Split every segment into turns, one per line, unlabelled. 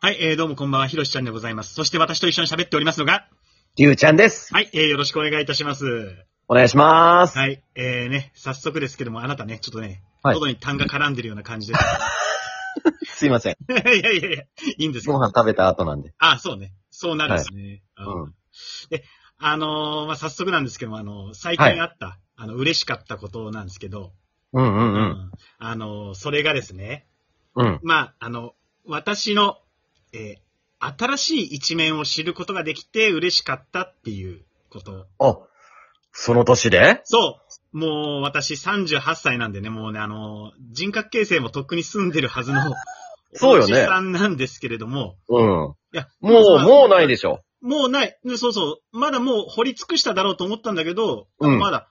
はい、えー、どうもこんばんは、ひろしちゃんでございます。そして私と一緒に喋っておりますのが、
りゅうちゃんです。
はい、えー、よろしくお願いいたします。
お願いします。
はい、えー、ね、早速ですけども、あなたね、ちょっとね、
はい
喉に痰が絡んでるような感じです。
すいません。
い やいやいや、いいんですけ
ご
ど。
飯食べた後なんで。
あ、そうね。そうなるんですね。
う
うん
ん。
あのーまあ、早速なんですけども、あのー最
はい
近あった、あの、嬉しかったことなんですけど、
うんう
うんあのーそれがですね、
うん。うん。
まあ、あの、私の、えー新しい一面を知ることができて嬉しかったっていうこと。
あ、その年で
そうもう私38歳なんでね、もうね、あのー人格形成もとっくに住んでるはずの、
そうよね
おじさんなんですけれども、
うん。も
いや、
う、もうないでしょ。
もうない。うんそうそう。まだもう掘り尽くしただろうと思ったんだけど、
うん
まだ、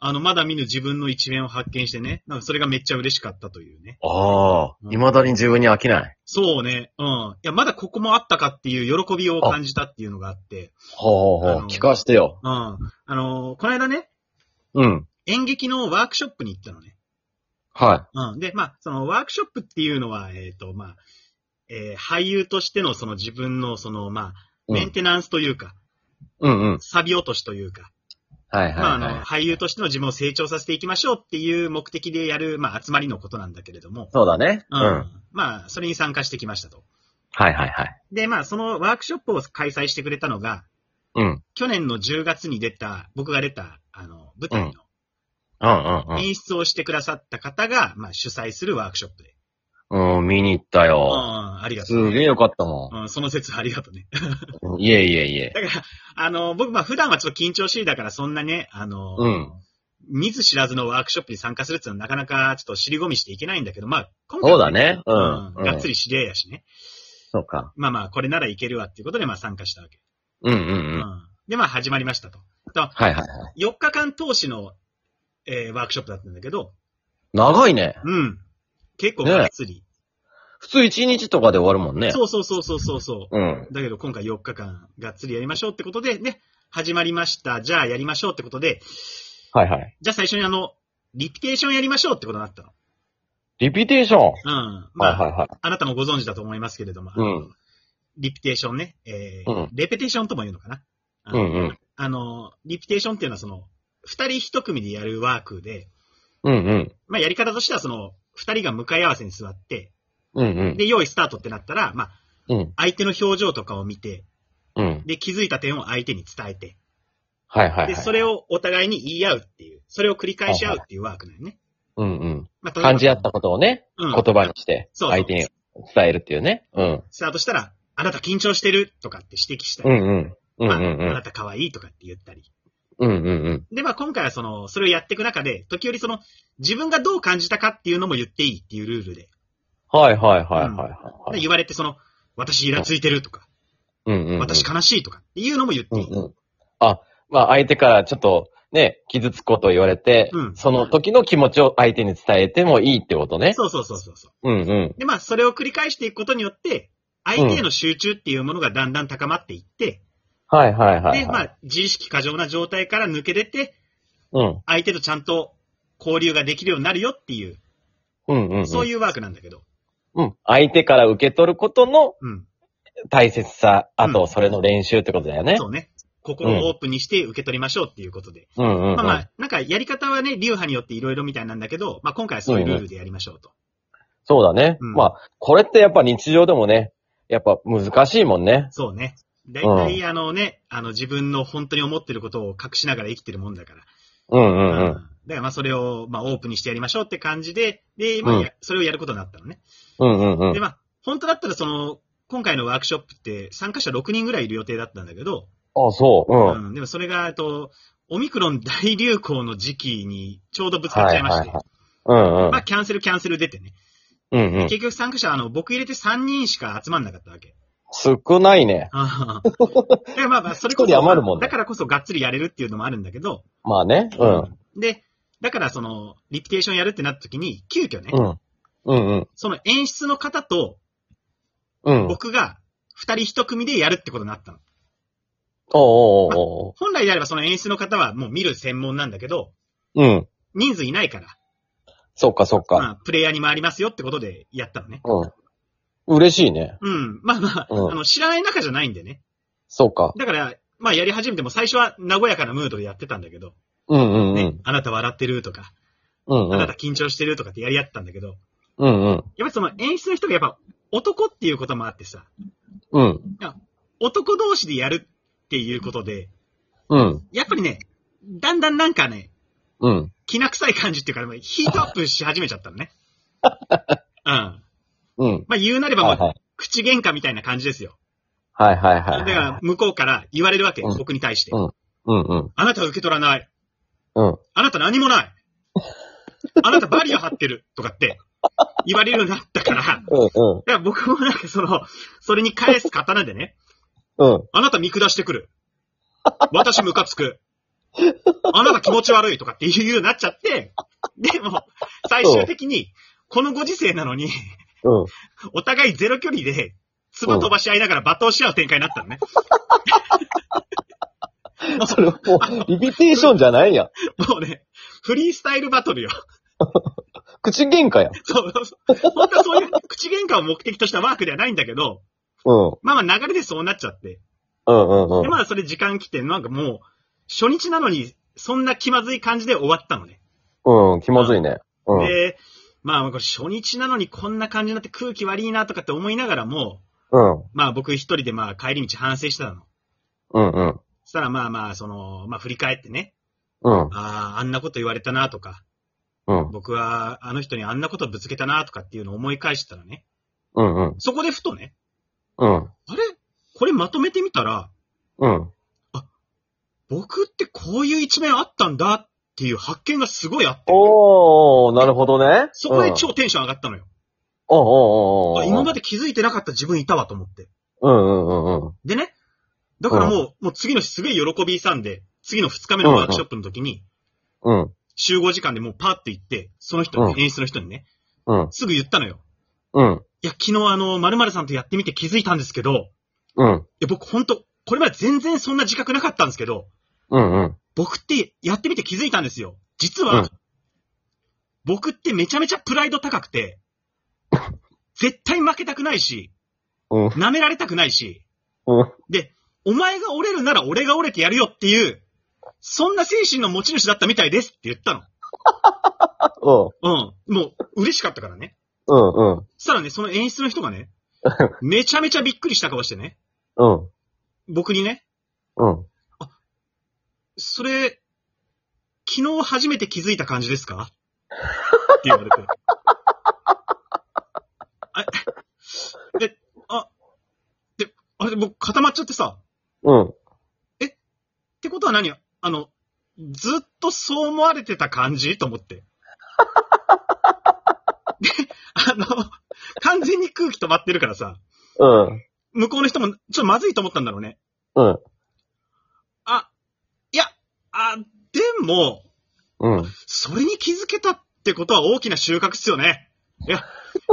あの、まだ見ぬ自分の一面を発見してね。なんかそれがめっちゃ嬉しかったというね。
ああ、
うん
未だに自分に飽きない。
そうね。うん。いや、まだここもあったかっていう喜びを感じたっていうのがあって。
ほうほう
あ
ほう。
の
聞かしてよ。
うん。あのーこの間ね、
うん。
演劇のワークショップに行ったのね。
は
うん。で、まあ、そのワークショップっていうのは、えっ、と、まあ、えー俳優としてのその自分のその、まあ、
い。う
メン
ん。
テナンスというか、
うんうん。
錆び落としというか、
はいはい
まあ、あ
は
の、
い。
俳優としての自分を成長させていきましょうっていう目的でやる、まあ、集まりのことなんだけれども、
そうだね。うん。はい
まあ、それに参加してきましたと。
はいはい。
で、まあ、そのワークショップを開催してくれたのが、
うん。うん
去年の10月に出た、僕が出た、あの、舞台
うん
の演出をしてくださった方が、まあ、主催するワークショップで。
うん。うん、見に行った
うん、
よ。
ありがとう。
すげえよかったも
うん、その説ありがとうね。
ん。いえいえいえ。
だから、あの、僕、まあ、普段はちょっと緊張しいだから、そんなね、あの、
うん
見ず知らずのワークショップに参加するっていうのはなかなかちょっと尻込みしていけないんだけど、まあ、今回
そう
は
だね。う
うん
ん。
がっつ
り。
り知り合いやしね。
そうか。
まあまあ、これならいけるわっていうことで、まあ参加したわけ。
うんうん
う
うん。はい
ん。で、まあ始まりましたと。
はいはい。
4日間通しの、えーワークショップだったんだけど、
長いね。
うん。結構
ね
がっつり。
普通1日とかで終わるもんね。。
そうそうそうそうそうそう
ん。
う。だけど今回4日間がっつりやりましょうってことで、ね、始まりました。じゃあやりましょうってことで、
はいはい。
じゃあ最初にあの、リピテーションやりましょうってことになったの。
リピテーション。
うん。ま
はい
あ、
はいはい。
あなたもご存知だと思いますけれども、あの
うん
リピテーションね、えー
うん
レペテーションとも言うのかな。あ
う
の
んうん。
あの、リピテーションっていうのはその、二人一組でやるワークで、
うんうん。
まあやり方としてはその、二人が向かい合わせに座って、
うんうん。
で、用意スタートってなったら、まあ、
うん
相手の表情とかを見て、
うん。
で、気づいた点を相手に伝えて、
はいはいはい。
で、それ。をお互いに言い合うっていう、それを繰り返し合うっていうワークだよね。
うんうん。
まあ、、
感じ合ったたことをね、
うん、
言葉にして、
そうそう
相手に伝えるっていうね。うん。
スタートしたら、あなた緊張してるとかって指摘した
う
り、
んうん。うんう
まあ
んう
あ
ん
な。た可愛いとかって言ったり、
うんうんうん。
で、まあ今回はその、それをやっていく中で、時折その、自分がどう感じたかっていうのも言っていいっていうルールで。
はいはいはいはいはいは
で
い。
言われてその、私イラついてるとか、
うんうんうん。
私悲しいとかっていうのも言って
う
い
ん
い。
うん。あ、まあ相手からちょっと、ね、傷つくことを言われて
うん、
その時の気持ちを相手に伝えてもいいってことね。
そうそうそうそうそ
うんうん。
う。で、まあそれを繰り返していくことによって、相手への集中っていうものがだんだん高まっていって、
はいはいはい
で、ま
はい。
あ自意識過剰な状態から抜け出て、
うん。
相手とちゃんと交流ができるようになるよっていう、
うんうんうん。
そういうワークなんだけど。
うん。相手から受け取ることの
うん。
大切さ、あ
う
と、
ん
それの練習ってことだよね。
そうね。心をオープンにして受け取りましょうっていうことで。
うんうんうん。
まあまあ、なんかやり方はね、流派によっていろいろみたいなんだけど、まあ今回はそういうルールでやりましょうと。
そうだね。
うん
まあ、これってやっぱ日常でもね、やっぱ難しいもんね。
そうね。大体あのね、あの自分の本当に思ってることを隠しながら生きてるもんだから。
うんう
うん
うん。
だからまあそれを、まあオープンにしてやりましょうって感じで、で、まあ
うん
やそれをやることになったのね。
うんうんう
で
ん。
まあ、本当だったらその、今回のワークショップって参加者6人ぐらいいる予定だったんだけど、
あそう。うん。
うん、でもそれが、えっと、オミクロン大流行の時期にちょうどぶつかっちゃいまして、
はいはいはいうんうん
まあ。キャンセルキャンセル出てね。
うんうん。
結局参加者はあの、僕入れて3人しか集まんなかったわ け。
少ないね。
ああだからまあまあ、それこ
一人
そ、
余るもんね
だからこそがっつりやれるっていうのもあるんだけど、
まあね。うん。
で、だからその、リピテーションやるってなった時に、急遽ね、
うん。うんうん。
その演出の方と
うん。おう
僕が二人一組でやるってことになったの。
おうおうお
本来であればその演出の方はもう見る専門なんだけど、
う。うん。
人数いないから、
そっかそっ
ま
か。
あ、プレイヤーに回りますよってことでやったのね。
うん。嬉しいね。
うん。まあまあ、
うん
あの、知らない仲じゃないんでね。
そうか。
だから、まあやり始めても最初は和やかなムードでやってたんだけど、
うんうんう
ね
ん。
あなた笑ってるとか、
うんう
あなた
ん。
緊張してるとかってやり合ってたんだけど、
うんうん。
やっぱりその演出の人がやっぱ男っていうこともあってさ、
うん。
男同士でやるっていうことで、
うん。
やっぱりね、だんだんなんかね、
うん。
きな臭い感じっていうか、もうヒートアップし始めちゃったの ね。うん。
うん。
まあ言うなればも
は
う
いはい。
口喧嘩みたいな感じですよ。
はいはい
だか
はいは
ら
い。
向こうから言われるわけ、
うん
僕に対して。
うんうんうん。
あなたは受け取らない。
うん。
あなた何もない。あなたバリア張ってる。とかって言われるようになったから、だか
うんうん。
ら僕もなんかその、それに返す刀でね、
うん。
あなた見下してくる。私ムカつく。あなた気持ち悪いとかっていうようになっちゃって、でも、最終的に、このご時世なのに、
うん。
お互いゼロ距離で、唾飛ばし合いながら罵倒し合う展開になったのね。
それもう、リピテーションじゃないやん。
もうね、フリースタイルバトルよ。
口喧嘩やん。
そうそうそう。本当はそういう口喧嘩を目的としたワークではないんだけど、
うん。
まあまあ流れでそうなっちゃって。
うんうんう
で、
ん。
まあそれ時間来て、なんかもう、初日なのに、そんな気まずい感じで終わったのね。
うん、気まずいね。うん。
で、まあこれ初日なのにこんな感じになって空気悪いなとかって思いながらも、
うん。
まあ僕一人でまあ帰り道反省してたの。
うんうん。
そしたらまあまあ、その、まあ振り返ってね、
うん。
ああ、あんなこと言われたなとか、
うん。
僕はあの人にあんなことぶつけたなとかっていうのを思い返したらね、
うんうん。
そこでふとね、
うん。
あれこれまとめてみたら、
うん。
僕ってこういう一面あったんだっていう発見がすごいあって、
おー、なるほどね。
そこで
ょ、
超テンション上がったのよ。
おおお
あ
お
今ま
で。
で気づいてなかった自分いたわと思って。
うんうんうんうん。
でね、だからもう、もう次の日すげえ喜びさんで、次の2日目のワークショップの時に、
うん。
集合時間でもうパーって行って、その人に、
うん
演出の人にね、
うん。
すぐ言ったのよ。
うん。
いや、昨日あの、〇〇さんとやってみて気づいたんですけど、
うん。
いや、僕ほんと、これまで全然そんな自覚なかったんですけど、
うんうん。
僕ってやってみて気づいたんですよ。実
う
は
ん、
僕ってめちゃめちゃプライド高く て、絶対負けたくないし、
うん。
舐められたくないし、
うん。
で、お前が折れるなら俺が折れてやるよっていう、そんな精神の持ち主だったみたいですって言ったの。
う
う
ん。
ん。もう、嬉しかったからね。
うん。うん。
そしたらね、その演出の人がね、めちゃめちゃびっくりした顔してね、
うん。
僕にね、
うん。
それ、昨日初めて気づいた感じですかって言われて。 あ、え、あ、で、あれ、僕固まっちゃってさ、
うん。
ってことは何あの、ずっとそう思われてた感じと思って。で、 あの、完全に空気止まってるからさ、
うん。
向こうの人もちょっとまずいと思ったんだろうね。
うん。
あ、いや、あ、でも、
うん。
それに気づけたってことは大きな収穫っすよね。いや、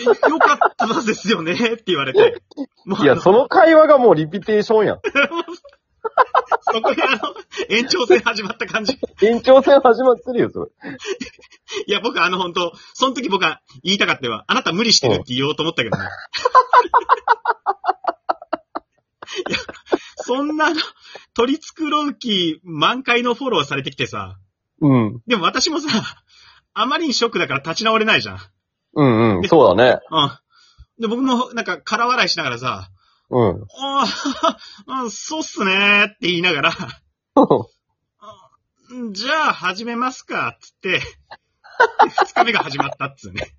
えよかったですよねって言われて。もう
い
あ
や、
の
その会話がもうリピテーションやん。
そこであの、延長戦始まった感じ。
延長戦始まってるよ、それ。
いや、僕あの本当、その時僕は言いたかったよ。あなた無理してるって言おうと思ったけどね。いや、 そんなあの、取り繕う気満開のフォローされてきてさ。
うん。
でも私もさ、あまりにショックだから立ち直れないじゃん。
うん うん。そうだね。
うん。で、僕もなんか空笑いしながらさ、
うん。
ああ、 うんそうっすねーって言いながら、うんじゃあ始めますか、つって、二日目が始まったっつうね。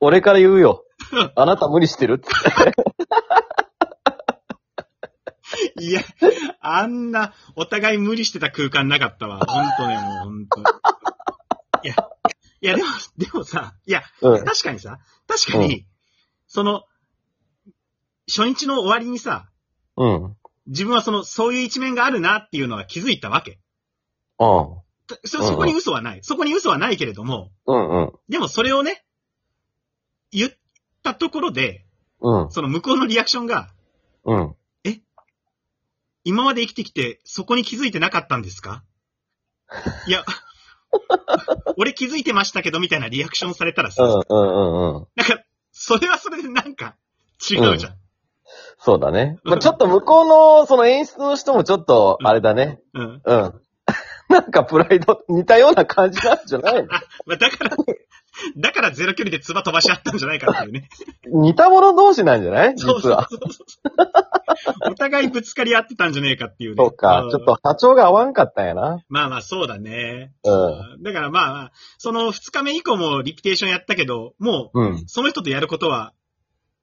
俺から言うよ。あなた無理してるって。
いや、あんな、お互い無理してた空間なかったわ。ほんとね、もうほんと。いや、いや、でも、でもさ、いや、
うん。
確かにさ、確かに、その、初日の終わりにさ、
うん。
自分はその、そういう一面があるなっていうのは気づいたわけ。
ああ。
たそ、そこに嘘はない。そこに嘘はないけれども、
うんうん。
でもそれをね、言ったところで、
うん。
その向こうのリアクションが、
うん。
今まで生きてきてそこに気づいてなかったんですかいや、 俺気づいてましたけどみたいなリアクションされたら
う
さ、
んうんうんうん。
なんか、それはそれでなんか、違うじゃん。
そうだね。まあ、ちょっと向こうの、その演出の人もちょっと、あれだね。
うん。
うん。 なんかプライド、似たような感じなんじゃないの
まあ、だから、だからゼロ距離で唾飛ばし合ったんじゃないかっていう ね。
似た者同士なんじゃない
そう
実
そう
は。
そうそう。 お互いぶつかり合ってたんじゃねえかっていうね。
そうか
ん。
ちょっと波長が合わんかったんやな。
まあまあ、そうだね。
うん。
だからまあまあ、その2日目以降もリピテーションやったけど、もう、
うん。
その人とやることは、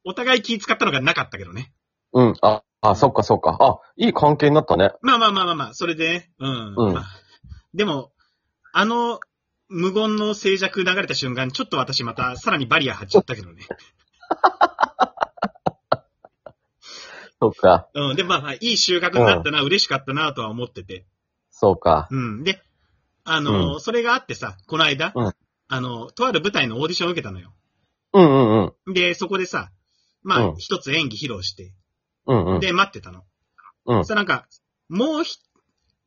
お互い気使ったのがなかったけどね。
うん。あ、あ、そっかそっか。あ、いい関係になったね。
まあまあまあまあまあ、それでね、うん。
うん
まあでも、あの、無言の静寂流れた瞬間、ちょっと私また、さらにバリア張っちゃったけどね。
そうか。
うん。で、まあまあ、いい収穫になったな、嬉しかったな、とは思ってて。
そうか。
うん。で、あの、それがあってさ、この間、
うん
あの、とある舞台のオーディションを受けたのよ。
うんうんうん。
で、そこでさ、ま
う
あ
ん、
一、つ演技披露して、
うんうん。
で、待ってたの。
うん
さ、なんか、もうひ、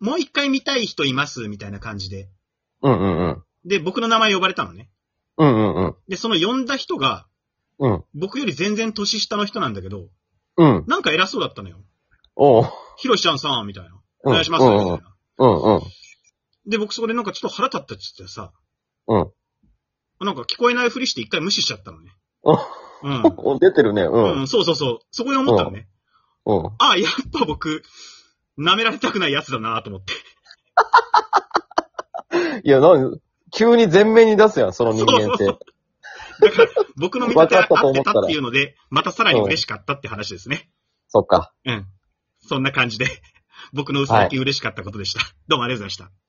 もう一回見たい人います、みたいな感じで。
うんうんうん。
で、僕の名前呼ばれたのね。
うんうんうん。
で、その呼んだ人が、
うん。
僕より全然年下の人なんだけど、
うん。
なんか偉そうだったのよ。
おう。
ひろしちゃんさん、みたいな。
うん
お願いします、
う
み
ん
た
う
い
ん
な。
うんうん。
で、僕そこでなんかちょっと腹立ったっつってさ、
うん。
なんか聞こえないふりして一回無視しちゃったのね。うん。
お出てるね。う。
うんん、そうそうそう。そこに思ったのね。
うん。
ああ、やっぱ僕、舐められたくないやつだなと思って。
いや、なん、急に前面に出すやん、その人間って。
だから、僕の見方が
わかったと
合っ
思
て
った
たっ
ら
ていうので、またさらに嬉しかったって話ですね。
そっか。
うん。そんな感じで、僕の薄焼き嬉しかったことでした。どうもありがとうございました。